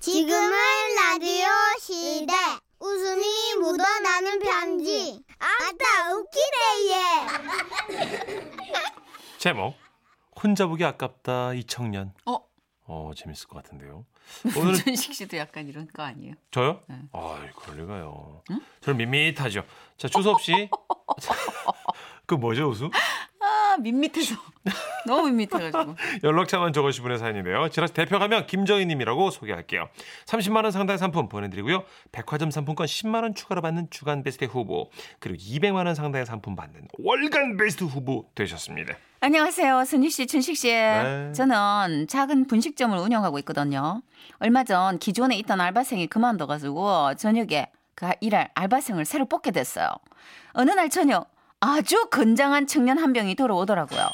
지금은 라디오 시대. 웃음이 묻어나는 편지. 아따, 웃기네, 제목 혼자 보기 아깝다 이 청년. 어? 어 재밌을 것 같은데요. 오늘은 문전식 씨도 약간 이런 거 아니에요? 저요? 네. 아이 그럴 리가요. 저는 밋밋하죠. 자 추섭 씨. 그 뭐죠 웃음? 아 밋밋해서 너무 밋밋해가지고 연락처만 적으신 분의 사연이네요. 지라시 대표 가면 김정희님이라고 소개할게요. 30만 원 상당의 상품 보내드리고요. 백화점 상품권 10만 원 추가로 받는 주간 베스트 후보 그리고 200만 원 상당의 상품 받는 월간 베스트 후보 되셨습니다. 안녕하세요 선희 씨 준식 씨 네. 저는 작은 분식점을 운영하고 있거든요 얼마 전 기존에 있던 알바생이 그만둬가지고 저녁에 그 일할 알바생을 새로 뽑게 됐어요 어느 날 저녁 아주 건장한 청년 한 병이 돌아오더라고요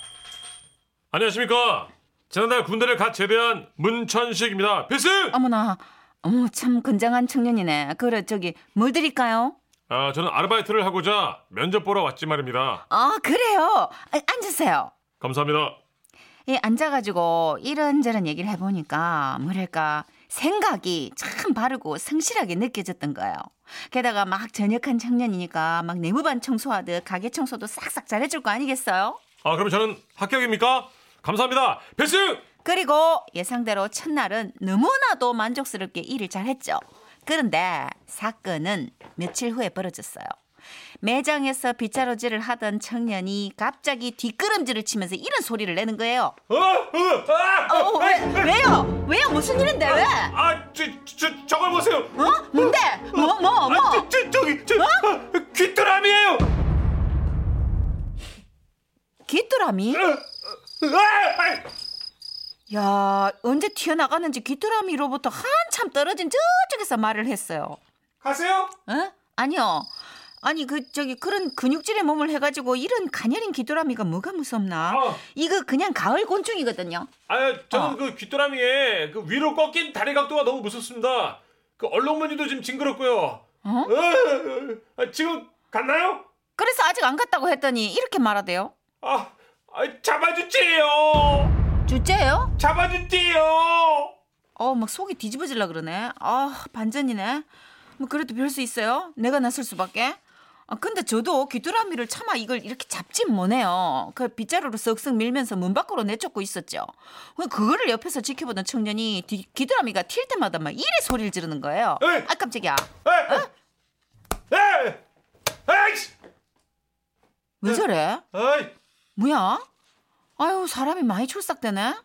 안녕하십니까. 지난달 군대를 갓 제대한 문천식입니다. 필승! 어머나 어머 참 건장한 청년이네 그래 저기 뭘 드릴까요? 아, 저는 아르바이트를 하고자 면접 보러 왔지 말입니다. 아 그래요 아, 앉으세요 감사합니다. 이 예, 앉아가지고 이런저런 얘기를 해보니까 뭐랄까 생각이 참 바르고 성실하게 느껴졌던 거예요. 게다가 막 전역한 청년이니까 막 내무반 청소하듯 가게 청소도 싹싹 잘해줄 거 아니겠어요? 아, 그럼 저는 합격입니까? 감사합니다. 필승! 그리고 예상대로 첫날은 너무나도 만족스럽게 일을 잘했죠. 그런데 사건은 며칠 후에 벌어졌어요. 매장에서 빗자루질을 하던 청년이 갑자기 뒷걸음질을 치면서 이런 소리를 내는 거예요. 어, 어, 아, 어, 어, 왜, 왜요? 왜요? 무슨 일인데? 왜? 아, 저, 저, 저걸 보세요. 어? 뭔데? 뭐, 뭐, 뭐? 아, 저, 저, 저기, 저, 아, 귀뚜라미예요. 어, 귀뚜라미? 아, 아, 야, 언제 튀어나가는지 귀뚜라미로부터 한참 떨어진 저쪽에서 말을 했어요. 가세요. 어? 아니요. 아니, 그, 저기, 그런 근육질의 몸을 해가지고 이런 가녀린 귀뚜라미가 뭐가 무섭나? 어. 이거 그냥 가을 곤충이거든요. 아, 저는 어. 그 귀뚜라미에 그 위로 꺾인 다리 각도가 너무 무섭습니다. 그 언론문이도 지금 징그럽고요. 어? 어, 아, 지금 갔나요? 그래서 아직 안 갔다고 했더니 이렇게 말하대요. 아, 아 잡아주지요. 주째요? 잡아주지요. 어, 막 속이 뒤집어질라 그러네. 아, 반전이네. 뭐 그래도 별 수 있어요. 내가 나설 수밖에. 아, 근데 저도 귀뚜라미를 차마 이걸 이렇게 잡진 못해요. 그 빗자루로 쓱쓱 밀면서 문 밖으로 내쫓고 있었죠. 그- 그거를 옆에서 지켜보던 청년이 뒤- 귀뚜라미가 튈 때마다 막 이래 소리를 지르는 거예요. 에이! 아, 깜짝이야. 어? 에, 에, 에이씨, 왜 네. 저래? 에이, 뭐야? 아유, 사람이 많이 출삭되네?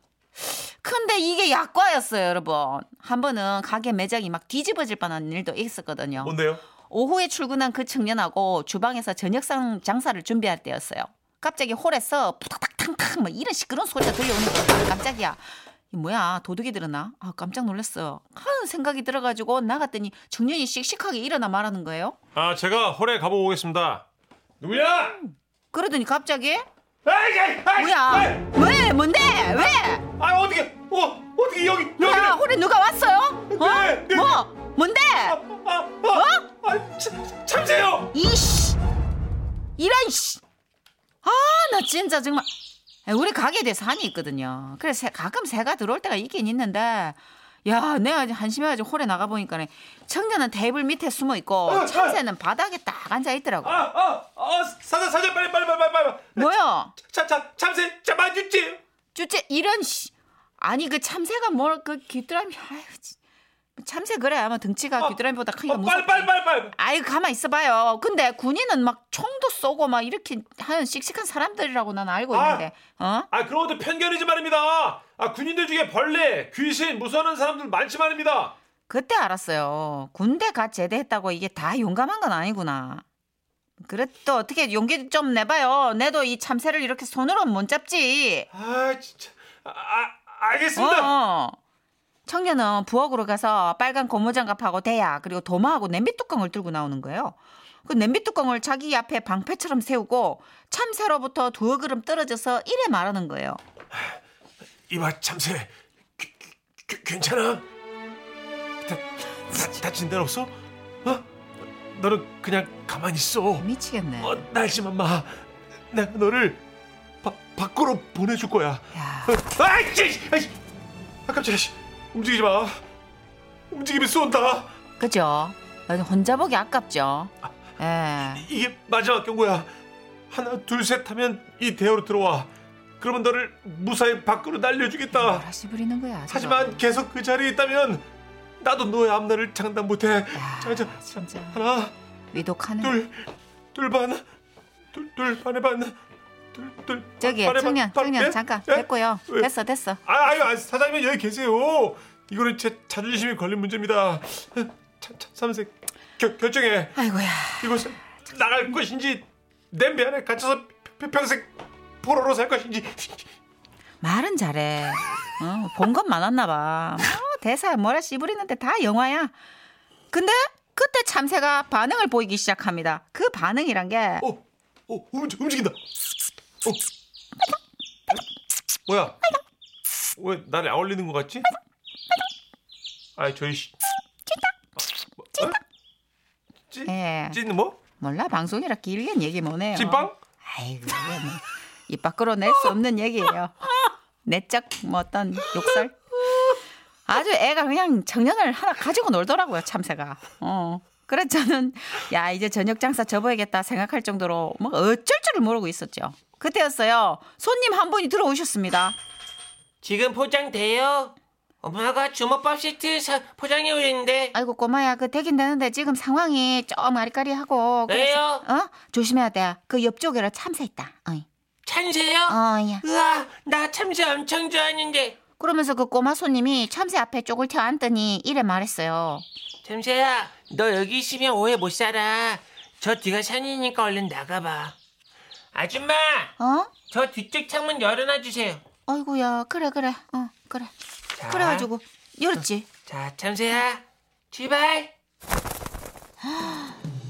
근데 이게 약과였어요, 여러분. 한 번은 가게 매장이 막 뒤집어질 뻔한 일도 있었거든요. 뭔데요? 오후에 출근한 그 청년하고 주방에서 저녁상 장사를 준비할 때였어요. 갑자기 홀에서 푸닥탁탕탕 막 이런 시끄러운 소리가 들려오는 거야. 깜짝이야. 이 뭐야 도둑이 들었나? 아 깜짝 놀랐어. 하는 생각이 들어가지고 나갔더니 청년이 씩씩하게 일어나 말하는 거예요. 아, 제가 홀에 가보고 오겠습니다. 누구야? 그러더니 갑자기 에이, 에이, 에이, 음. 뭐야? 에이, 왜? 뭔데? 왜? 아, 어떻게? 어, 어떻게 여기 여기? 뭐야? 홀에 누가 왔어요? 네, 어? 네. 뭐? 뭔데? 아, 아, 뭐? 아, 아, 참, 참세요. 이씨 이런 씨. 아 나 진짜 정말 우리 가게에 대해서 한이 있거든요. 그래서 새- 가끔 새가 들어올 때가 있긴 있는데 야 내가 아주 한심해가지고 홀에 나가 보니까 청년은 테이블 밑에 숨어 있고 참새는 바닥에 딱 앉아 아, 네. 있더라고. 아, 아, 사자, 사자, 빨리, 빨리, 빨리, 빨리, 빨리. 뭐야? 참, 참, 참새 잡아주지. 주째 이런 씨. 아니 그 참새가 뭘 그 귀뚜라미 아유 진- 참새 그래 아마 등치가 귀뚜라미보다 크기가 어, 무섭. 빨리, 빨리, 빨리, 빨리. 아이 가만 있어봐요. 근데 군인은 막 총도 쏘고 막 이렇게 하는 씩씩한 사람들이라고 난 알고 아. 있는데, 어? 아, 그런 것도 편견이지 말입니다. 아, 군인들 중에 벌레, 귀신 무서워하는 사람들 많지 말입니다. 그때 알았어요. 군대 갓 제대했다고 이게 다 용감한 건 아니구나. 그래도 어떻게 용기 좀 내봐요. 내도 이 참새를 이렇게 손으로 못 잡지. 아, 진짜. 아, 아 어, 알겠습니다. 어. 청년은 부엌으로 가서 빨간 고무장갑하고 대야 그리고 도마하고 냄비 뚜껑을 들고 나오는 거예요. 그 냄비 뚜껑을 자기 앞에 방패처럼 세우고 참새로부터 두어 그름 떨어져서 이래 말하는 거예요. 이봐, 참새. 귀- 귀- 귀- 괜찮아? 다, 다, 다친 데는 없어? 어? 너는 그냥 가만히 있어. 미치겠네. 어, 날지만 마. 내가 너를 바, 밖으로 보내줄 거야. 어, 야, 아이씨, 아이씨. 아 깜짝이야. 씨. 움직이지 마. 움직임이 쏜다. 그죠? 혼자 보기 아깝죠. 예. 이게 마지막 경고야. 하나 둘 셋 하면 이 대열로 들어와. 그러면 너를 무사히 밖으로 날려주겠다. 다시 부리는 거야. 저거. 하지만 계속 그 자리에 있다면 나도 너의 앞날을 장담 못해. 야, 자, 자, 자, 진짜. 하나 위독하네. 둘 둘반 둘둘 반의 반둘둘 저기 청년, 청년 잠깐 됐고요. 예? 됐어, 됐어. 아, 아유, 아, 사장님 여기 계세요. 이거는 제 자존심이 걸린 문제입니다. 참, 참, 삼색 결, 결정해. 아이고야. 이곳은 나갈 것인지 냄비 안에 갇혀서 평- 평생 포로로 살 것인지 말은 잘해. 어, 본 건 많았나 봐. 어, 대사 뭐라 씨부리는데 다 영화야. 근데 그때 참새가 반응을 보이기 시작합니다. 그 반응이란 게 어, 어 움직, 움직인다. 어. 뭐야? 왜 나를 아울리는 것 같지? 아이 저희 씨. 찐다. 예. 찐다. 찐 뭐? 몰라 방송이라 길게 얘기 뭐네요. 찐빵? 아이고 이게 뭐, 입 밖으로 낼 수 없는 얘기예요. 내적 뭐 어떤 욕설. 아주 애가 그냥 청년을 하나 가지고 놀더라고요 참새가. 어. 그래서 저는 야 이제 저녁 장사 접어야겠다 생각할 정도로 뭐 어쩔 줄을 모르고 있었죠. 그때였어요. 손님 한 분이 들어오셨습니다. 지금 포장돼요? 엄마가 주먹밥 세트 사- 포장해 오셨는데 아이고 꼬마야 그 되긴 되는데 지금 상황이 좀 아리까리하고 그래서- 어 조심해야 돼. 그 옆쪽에라 참새 있다. 어이. 참새요? 어야. 우와 나 참새 엄청 좋아하는데 그러면서 그 꼬마 손님이 참새 앞에 쪽을 튀어 앉더니 이래 말했어요. 참새야 너 여기 있으면 오해 못 살아 저 뒤가 산이니까 얼른 나가봐 아줌마 어? 저 뒤쪽 창문 열어놔 주세요 아이고야 그래 그래 어 그래 자, 그래가지고 열었지 자 참새야 출발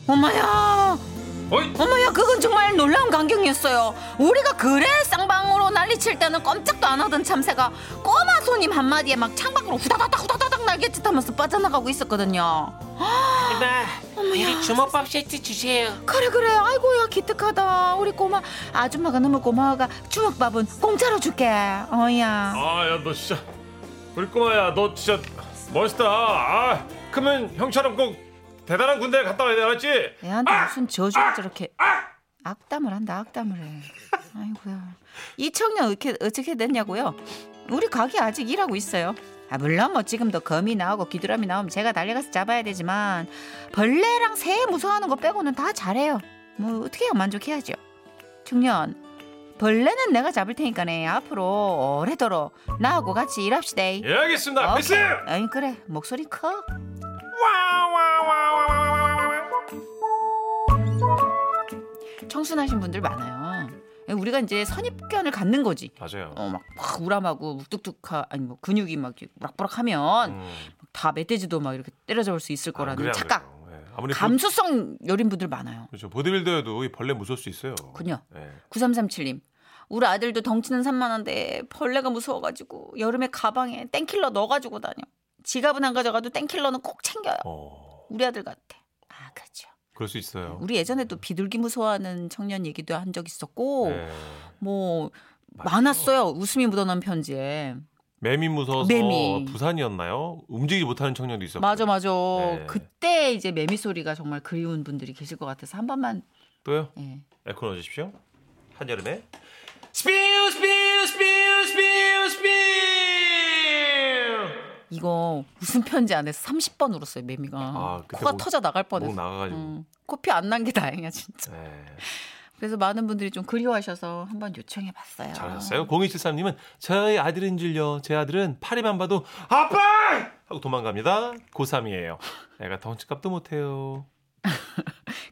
엄마야 어이. 엄마야 그건 정말 놀라운 광경이었어요 우리가 그래 쌍방으로 난리칠 때는 꼼짝도 안 하던 참새가 꼬마 손님 한마디에 막 창밖으로 후다다닥 후다다닥 날갯짓하면서 빠져나가고 있었거든요 아줌마 미리 주먹밥 세트 주세요 그래 그래 아이고야 기특하다 우리 꼬마 아줌마가 너무 고마워가 주먹밥은 공짜로 줄게 어이야 아야 너 진짜 우리 꼬마야 너 진짜 멋있다 아 그러면 형처럼 꼭 대단한 군대 갔다 와야 돼 알았지? 애한테 무슨 저주를 저렇게 악담을 한다 악담을 해 아이고야 이 청년 어떻게, 어떻게 됐냐고요 우리 가게 아직 일하고 있어요 아 물론 뭐 지금도 거미 나오고 귀뚜라미 나오면 제가 달려가서 잡아야 되지만 벌레랑 새 무서워하는 거 빼고는 다 잘해요 뭐 어떻게 해야 만족해야죠 청년 벌레는 내가 잡을 테니까네 앞으로 오래도록 나하고 같이 일합시다 예 알겠습니다 오케이. 미스 아니 그래 목소리 커 청순하신 분들 많아요. 우리가 이제 선입견을 갖는 거지. 맞아요 어, 막, 막 우람하고 뚝뚝하 아니 뭐 근육이 막 이렇게 부락부락하면 음, 아, 다 멧돼지도 막 이렇게 때려잡을 수 있을 거라는 그래, 안 어, 착각. 그래요. 예, 아무리 보, 감수성 여린 분들 많아요. 그렇죠. 보디빌더여도 이 벌레 무서울 수 있어요 그녀. 예. 9337님. 우리 아들도 덩치는 산만한데 벌레가 무서워가지고 여름에 가방에 땡킬러 넣어가지고 다녀. 지갑은 안 가져가도 땡킬러는 꼭 챙겨요. 어 우리 아들 같아. 아 그렇죠. 그럴 수 있어요 우리 예전에도 비둘기 무서워하는 청년 얘기도 한 적 있었고 예. 뭐 맞아요. 많았어요. 웃음이 묻어난 편지에. 매미 무서워서 매미. 부산이었나요? 움직이지 못하는 청년도 있었고 맞아 맞아. 네. 그때 이제 매미 소리가 정말 그리운 분들이 계실 것 같아서 한 번만. 또요? 예. 에코 넣어주십시오 한여름에 스피우 스피우 스피우 스피우 스피우 이거 웃음 편지 안에서 30번 울었어요 매미가. 아, 그때 코가 목- 터져 나갈 목 뻔했어. 나가가지고 음, 코피 안 난 게 다행이야 진짜. 예. 그래서 많은 분들이 좀 그리워하셔서 한번 요청해봤어요. 잘하셨어요. 0273님은 저희 아들인 줄요. 제 아들은 파리만 봐도 아빠 하고 도망갑니다. 고3이에요. 애가 덩치값도 못해요.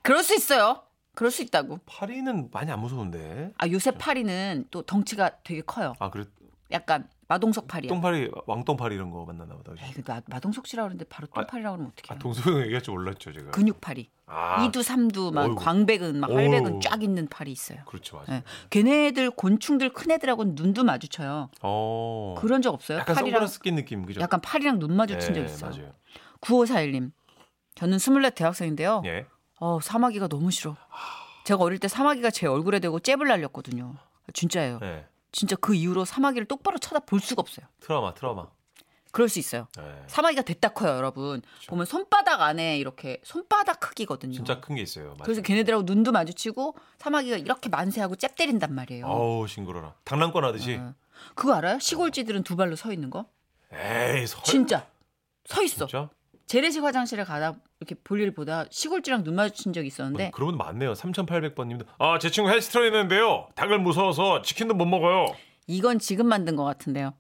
그럴 수 있어요. 그럴 수 있다고. 파리는 많이 안 무서운데. 아 요새 파리는 또 덩치가 되게 커요. 아 그래 약간 마동석 파리야. 아, 똥파리 왕똥파리 이런 거 만났나 보다. 에이, 그 마, 마동석씨라 그러는데 바로 아, 똥파리라고 그러면 어떡해요. 아 동서형 얘기할 줄 몰랐죠 제가. 근육파리. 아 이두삼두막 어이구. 광백은 막 어이구. 할백은 쫙 있는 팔이 있어요. 그렇죠 맞아. 예. 걔네들 곤충들 큰 애들하고는 눈도 마주쳐요. 어 그런 적 없어요? 약간 팔이랑 선글라스 낀 느낌 그죠? 약간 팔이랑 눈 마주친 예, 적 있어요. 맞아요. 9541님. 저는 24 대학생인데요. 예. 어, 사마귀가 너무 싫어. 제가 어릴 때 사마귀가 제 얼굴에 대고 잽을 날렸거든요. 진짜예요. 예. 진짜 그 이후로 사마귀를 똑바로 쳐다볼 수가 없어요. 트라우마 트라우마. 그럴 수 있어요. 네. 사마귀가 됐다 커요, 여러분. 보면 손바닥 안에 이렇게 손바닥 크기거든요. 진짜 큰 게 있어요. 맞아요. 그래서 걔네들하고 눈도 마주치고 사마귀가 이렇게 만세하고 잽 때린단 말이에요. 어우 싱그러라. 장난권 하듯이. 어. 그거 알아요? 시골쥐들은 두 발로 서 있는 거? 에이 설. 진짜 서 있어. 진짜? 재래식 화장실에 가다 이렇게 볼일 보다 시골쥐랑 눈 마주친 적이 있었는데 그러면 많네요. 3,800번님도 아제 친구 헬스트레이 있는데요. 닭을 무서워서 치킨도 못 먹어요. 이건 지금 만든 것 같은데요.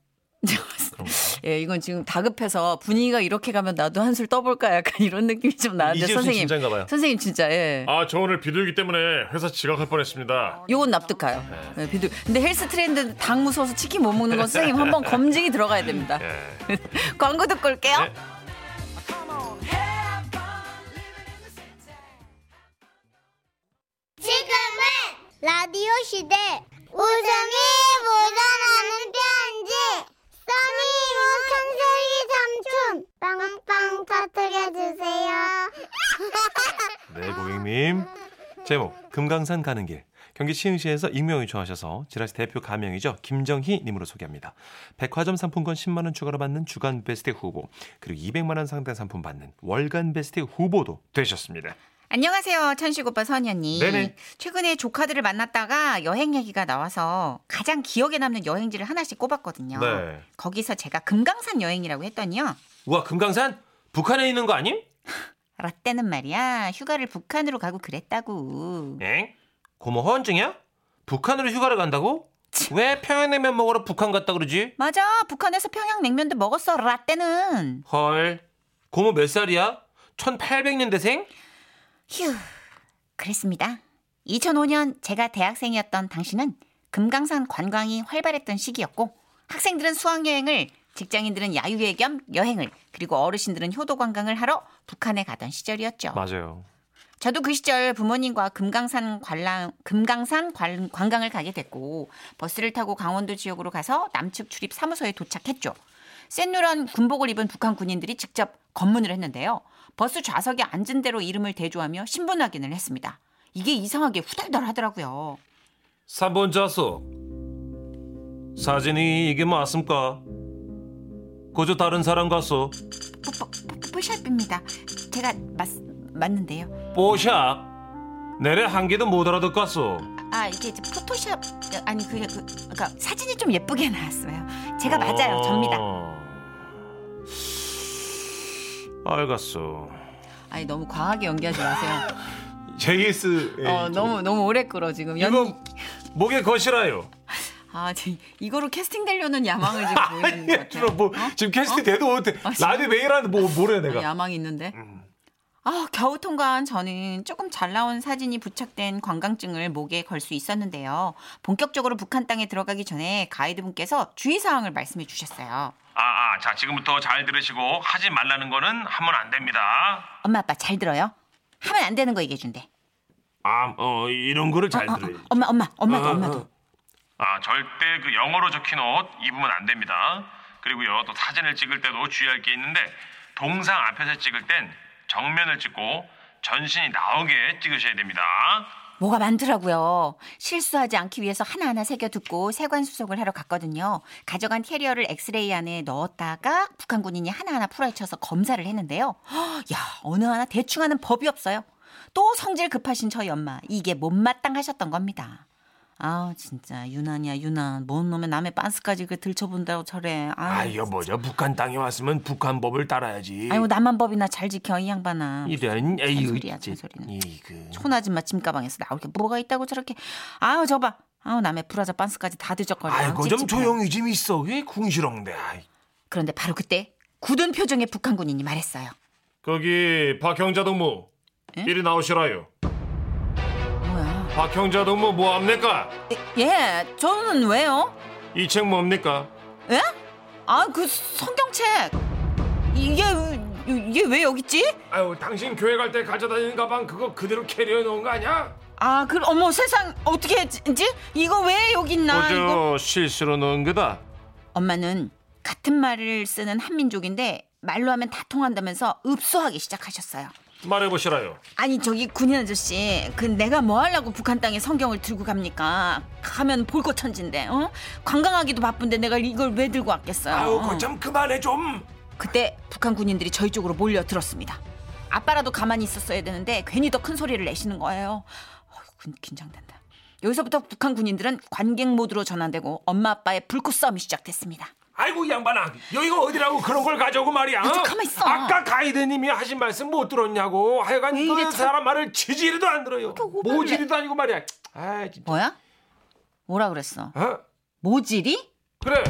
예, 이건 지금 다급해서 분위기가 이렇게 가면 나도 한술 떠볼까 약간 이런 느낌이 좀 나는데 이지우 씨 아, 선생님 진짜인가봐요. 선생님 진짜 예. 아 저 오늘 비둘기 때문에 회사 지각할 뻔했습니다. 요건 납득가요. 네. 예, 비둘. 근데 헬스 트렌드 당 무서워서 치킨 못 먹는 건 선생님 한번 검증이 들어가야 됩니다. 예. 광고 듣고 올게요. 네. 지금은 라디오 시대 웃음이 묻어나는 편지 써니 우천세기 삼촌 빵빵 터뜨려주세요 네, 고객님. 제목 금강산 가는 길. 경기 시흥시에서 익명 요청하셔서 지라시 대표 가명이죠. 김정희 님으로 소개합니다. 백화점 상품권 10만 원 추가로 받는 주간 베스트 후보, 그리고 200만 원 상당 상품 받는 월간 베스트 후보도 되셨습니다. 안녕하세요. 천식 오빠 선희 언니. 네네. 최근에 조카들을 만났다가 여행 얘기가 나와서 가장 기억에 남는 여행지를 하나씩 꼽았거든요. 네. 거기서 제가 금강산 여행이라고 했더니요. 우와 금강산 북한에 있는 거 아님? 라떼는 말이야 휴가를 북한으로 가고 그랬다고. 엥? 고모 허언증이야? 북한으로 휴가를 간다고? 왜 평양냉면 먹으러 북한 갔다 그러지? 맞아 북한에서 평양냉면도 먹었어 라떼는. 헐 고모 몇 살이야? 1800년대생? 휴 그랬습니다. 2005년 제가 대학생이었던 당시는 금강산 관광이 활발했던 시기였고 학생들은 수학여행을 직장인들은 야유회 겸 여행을 그리고 어르신들은 효도 관광을 하러 북한에 가던 시절이었죠. 맞아요. 저도 그 시절 부모님과 금강산 관람 금강산 관, 관광을 가게 됐고 버스를 타고 강원도 지역으로 가서 남측 출입 사무소에 도착했죠. 센누런 군복을 입은 북한 군인들이 직접 검문을 했는데요. 버스 좌석에 앉은 대로 이름을 대조하며 신분 확인을 했습니다. 이게 이상하게 후달달 하더라고요. 3번 좌석 사진이 이게 맞습니까? 그저 다른 사람 갔어 뽀뽀, 뽀- 뽀샵입니다. 제가 맞, 맞는데요. 뽀샵 내래 한 개도 못 알아듣겠어 아 이게 이제 포토샵 아니 그게 그 그러니까 사진이 좀 예쁘게 나왔어요. 제가 맞아요, 접니다. 어. 알겠어. 아니 너무 과하게 연기하지 마세요. JS 어 너무 너무 오래 끌어 지금 연. 예, 이거 목에 거시라요. 아 지금 이거로 캐스팅 되려는 야망을 지금 보이는 것 같아요. 들어 뭐 어? 지금 캐스팅 돼도 어때? 아, 진짜? 라디오 매일 하는데 뭐 뭐래 어, 내가? 음. 야망이 있는데. 아 겨우 통과한 저는 조금 잘 나온 사진이 부착된 관광증을 목에 걸 수 있었는데요. 본격적으로 북한 땅에 들어가기 전에 가이드분께서 주의사항을 말씀해 주셨어요. 아, 아, 자, 지금부터 잘 들으시고 하지 말라는 거는 하면 안 됩니다. 엄마 아빠 잘 들어요? 하면 안 되는 거 얘기해 준대. 아, 어, 이런 거를 잘 어, 어, 엄마 엄마 어, 엄마도 엄마도. 아, 절대 그 영어로 적힌 옷 입으면 안 됩니다. 그리고요, 또 사진을 찍을 때도 주의할 게 있는데 동상 앞에서 찍을 땐 정면을 찍고 전신이 나오게 찍으셔야 됩니다. 뭐가 많더라고요. 실수하지 않기 위해서 하나하나 새겨 듣고 세관 수속을 하러 갔거든요. 가져간 캐리어를 엑스레이 안에 넣었다가 북한 군인이 하나하나 풀어헤쳐서 검사를 했는데요. 허, 야, 어느 하나 대충 하는 법이 없어요. 또 성질 급하신 저희 엄마. 이게 못마땅하셨던 겁니다. 아, 진짜 유난이야, 유난. 뭔 놈의 남의 빤스까지 그 들춰본다고 저래. 아, 아 여보죠 북한 땅에 왔으면 북한 법을 따라야지 아이고 남한 법이나 잘 지켜 이 양반아. 이런 에이 잔소리야, 잔소리는. 이그 초나집마 찜가방에서 나올 게 뭐가 있다고 저렇게 아우 저봐 아우 남의 브라자 반스까지 다 뒤적거려 아이고 좀 찝찝해. 조용히 좀 있어 왜 궁시렁대 아이. 그런데 바로 그때 굳은 표정의 북한 군인이 말했어요 거기 박형자 동무 예? 이리 나오시라요. 뭐야 박형자 동무 뭐 합니까? 예 저는 왜요 이 책뭐 뭡니까? 예? 아 그 성경책 이게 이게 왜 여기 있지 아유 당신 교회 갈 때 가져다니는 가방 그거 그대로 캐리어 놓은 거 아니야? 아 그 어머 세상 어떻게 했지 이거 왜 여기 있나 아, 이거 어저 실수로 넣은 거다. 엄마는 같은 말을 쓰는 한민족인데 말로 하면 다 통한다면서 읍소하기 시작하셨어요. 말해보시라요. 아니 저기 군인 아저씨 그 내가 뭐 하려고 북한 땅에 성경을 들고 갑니까 가면 볼거 천진데 어 관광하기도 바쁜데 내가 이걸 왜 들고 왔겠어요 아우 어. 거좀 그만해 좀. 그때 북한 군인들이 저희 쪽으로 몰려들었습니다 아빠라도 가만히 있었어야 되는데 괜히 더 큰 소리를 내시는 거예요 어휴, 긴- 긴장된다 여기서부터 북한 군인들은 관객 모드로 전환되고 엄마 아빠의 불꽃 싸움이 시작됐습니다 아이고 이 양반아 여기가 어디라고 그런 걸 가져오고 말이야. 좀 가만히 있어. 아까 가이드님이 하신 말씀 못 들었냐고. 하여간 왜 그 이래, 참. 사람 말을 지지리도 안 들어요. 오바를 해? 모지리도 아니고 말이야. 아 진짜. 뭐야 뭐라 그랬어 어? 모질이 그래.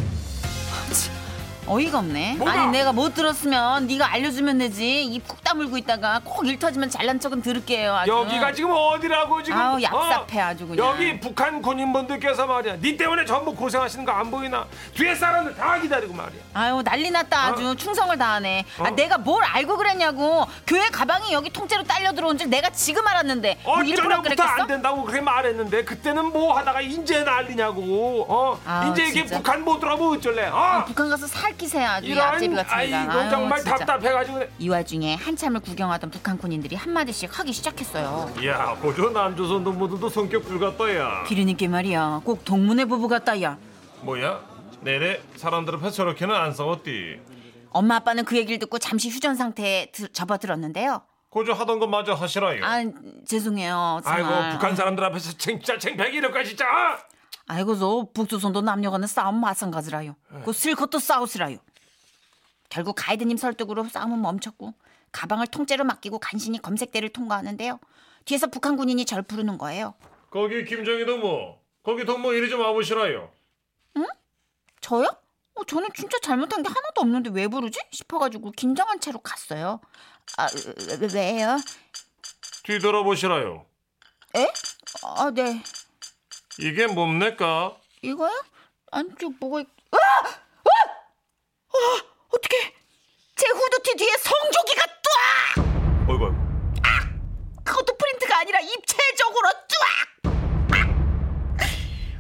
어이가 없네. 뭐가? 아니 내가 못 들었으면 네가 알려주면 되지. 입 쿡 다물고 있다가 꼭 일 터지면 잘난 척은 들을게요. 아주. 여기가 지금 어디라고 지금? 아우 어? 얍삽해 아주 그냥. 여기 북한 군인분들께서 말이야. 니 때문에 전부 고생하시는 거 안 보이나? 뒤에 사람들 다 기다리고 말이야. 아유 난리 났다 아주 충성을 다하네. 아 어. 내가 뭘 알고 그랬냐고. 교회 가방이 여기 통째로 딸려 들어온 줄 내가 지금 알았는데. 뭐 일부러 어쩌면부터 그랬겠어? 안 된다고 그렇게 말했는데 그때는 뭐 하다가 인제 난리냐고. 어? 아우, 인제 이게 진짜. 북한 못 들어가면 어쩔래? 어? 북한 가서 살기세 아주 이 앞제비 이런 같은 애가. 아이고 정말 진짜. 답답해가지고 그래. 이 와중에 한참을 구경하던 북한 군인들이 한 마디씩 하기 시작했어요. 야, 고조 남조선 동무들도 성격 불같다야. 기르님께 말이야. 꼭 동문회 부부 같다야. 뭐야? 내래 사람들은 패 저렇게는 안 싸웠디. 엄마 아빠는 그 얘기를 듣고 잠시 휴전 상태에 드- 접어들었는데요. 고조 하던 것마저 하시라요. 아 죄송해요. 정말. 아이고 북한 사람들 앞에서 진짜 창피하게 이럴까 진짜 아! 아이고 저 북조선도 남녀간의 싸움 마찬가지라요. 네. 그 실컷 또 싸우시라요. 결국 가이드님 설득으로 싸움은 멈췄고 가방을 통째로 맡기고 간신히 검색대를 통과하는데요. 뒤에서 북한 군인이 절 부르는 거예요. 거기 김정희 동무. 거기 동무 이리 좀 와보시라요. 저요? 어, 저는 진짜 잘못한 게 하나도 없는데 왜 부르지? 싶어가지고 긴장한 채로 갔어요. 아 왜- 왜요? 뒤돌아보시라요. 아 네. 이게 뭡니까? 이거요? 안쪽 뭐가 있... 아! 아! 아! 어떻게? 제 후드티 뒤에 성조기가 뚜악! 어이구. 그것도 프린트가 아니라 입체적으로 뚜악! 아!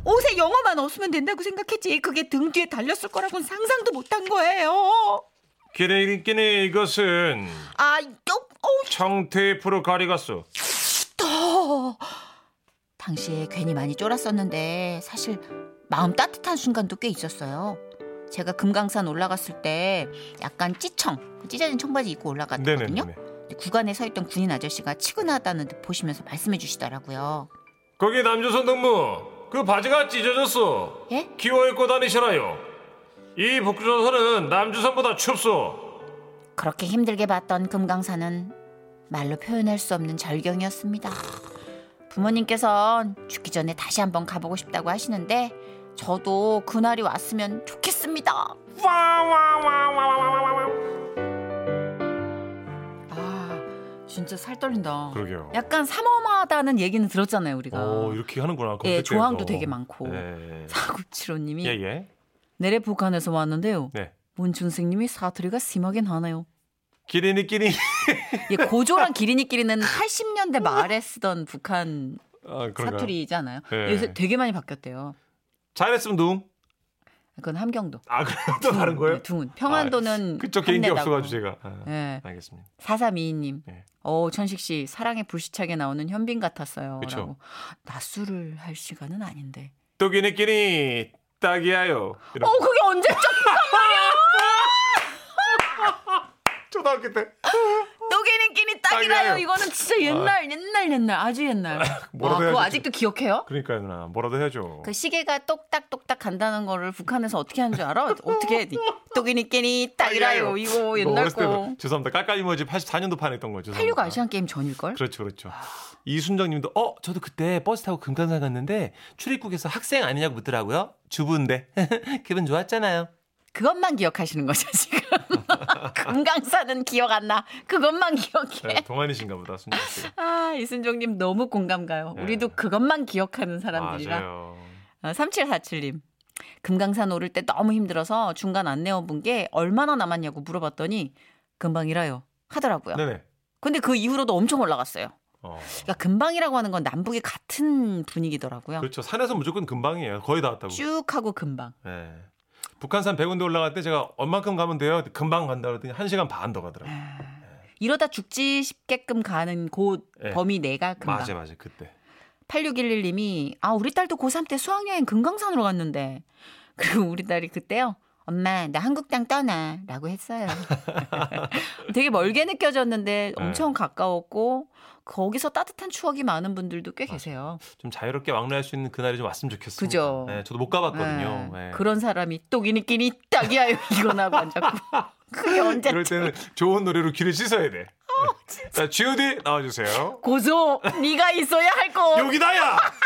옷에 영어만 없으면 된다고 생각했지 그게 등 뒤에 달렸을 거라고는 상상도 못한 거예요. 기네기네 이것은 아, 이거 어우 청테이프로 가리갔어. 당시에 괜히 많이 쫄았었는데 사실 마음 따뜻한 순간도 꽤 있었어요. 제가 금강산 올라갔을 때 약간 찌청, 찢어진 청바지 입고 올라갔거든요. 네네네. 구간에 서 있던 군인 아저씨가 치근하다는 듯 보시면서 말씀해 주시더라고요. 거기 남조선 동무. 그 바지가 찢어졌어. 예? 기워 입고 다니시라요. 이 북조선은 남조선보다 춥소. 그렇게 힘들게 봤던 금강산은 말로 표현할 수 없는 절경이었습니다. 부모님께선 죽기 전에 다시 한번 가보고 싶다고 하시는데 저도 그날이 왔으면 좋겠습니다. 아, 진짜 살 떨린다. 그러게요. 약간 삼엄하다는 얘기는 들었잖아요, 우리가. 어 이렇게 하는구나. 예, 검색대에서. 조항도 되게 많고. 예. 사구칠호님이 예, 예. 내래 북한에서 왔는데요. 네. 문준생님이 사투리가 심하긴 하네요. 기린이끼리 예, 고조랑 기린이끼리는 80년대 말에 쓰던 북한 아, 그런가요? 사투리잖아요. 예. 요새 되게 많이 바뀌었대요. 잘했으면 누웅. 그건 함경도. 아 그럼 또 다른 거예요? 아, 네, 둥은. 평안도는 그쪽 개인기 한내다고. 없어가지고 제가. 아, 예. 알겠습니다. 4322님. 예. 어, 천식 씨, 사랑의 불시착에 나오는 현빈 같았어요. 그쵸. 라고. 낮술을 할 시간은 아닌데. 또 기린이끼리 딱이야요. 이런 어, 그게 언제적 초등학교 때 또개는끼니 딱이라요. 아. 딱이라요. 이거는 진짜 옛날, 옛날, 옛날, 아주 옛날. 뭐라도 와, 그거 해야지. 아직도 기억해요? 그러니까요 누나 뭐라도 해야죠. 그 시계가 똑딱똑딱 간다는 거를 북한에서 어떻게 하는 줄 알아? 어떻게 해? 또기니끼니 딱이라요. 이거 이거 옛날 어렸을 때 거. 죄송합니다. 깔깔이 머지 84년도 판에 했던 거죠. 86 아시안 게임 전일걸? 그렇죠, 그렇죠. 이순정님도 어 저도 그때 버스 타고 금강산 갔는데 출입국에서 학생 아니냐고 묻더라고요. 주부인데 기분 좋았잖아요. 그것만 기억하시는 거죠, 지금. 금강산은 기억 안 나. 그것만 기억해. 네, 동안이신가 보다 순정 씨. 아, 이순종님 너무 공감 가요. 네. 우리도 그것만 기억하는 사람들이라. 맞아요. 네. 어, 3747님. 금강산 오를 때 너무 힘들어서 중간 안내원 분께 얼마나 남았냐고 물어봤더니 금방이라요 하더라고요. 네네. 근데 그 이후로도 엄청 올라갔어요. 어. 그러니까 금방이라고 하는 건 남북이 같은 분위기더라고요. 그렇죠. 산에서 무조건 금방이에요. 거의 다 왔다고. 쭉 하고 금방. 예. 네, 북한산 100원대 올라갈 때 제가 얼만큼 가면 돼요? 금방 간다 그랬더니 1시간 반 더 가더라고요. 이러다 죽지 싶게끔 가는 그 예. 범위 내가 금방. 맞아 맞아 그때. 8611님이 아 우리 딸도 고3 때 수학여행 금강산으로 갔는데 그리고 우리 딸이 그때요 엄마 나 한국 땅 떠나 라고 했어요 되게 멀게 느껴졌는데 엄청 가까웠고 거기서 따뜻한 추억이 많은 분들도 꽤 계세요 좀 자유롭게 왕래할 수 있는 그날이 좀 왔으면 좋겠습니다. 그죠. 네, 저도 못 가봤거든요. 예. 네. 그런 사람이 똑이니끼니 딱이야 이거나 반자고 그게 언제 이럴 때는 좋은 노래로 귀를 씻어야 아, 네. 돼. 자, G.O.D 나와주세요. 고소 네가 있어야 할거 여기다야.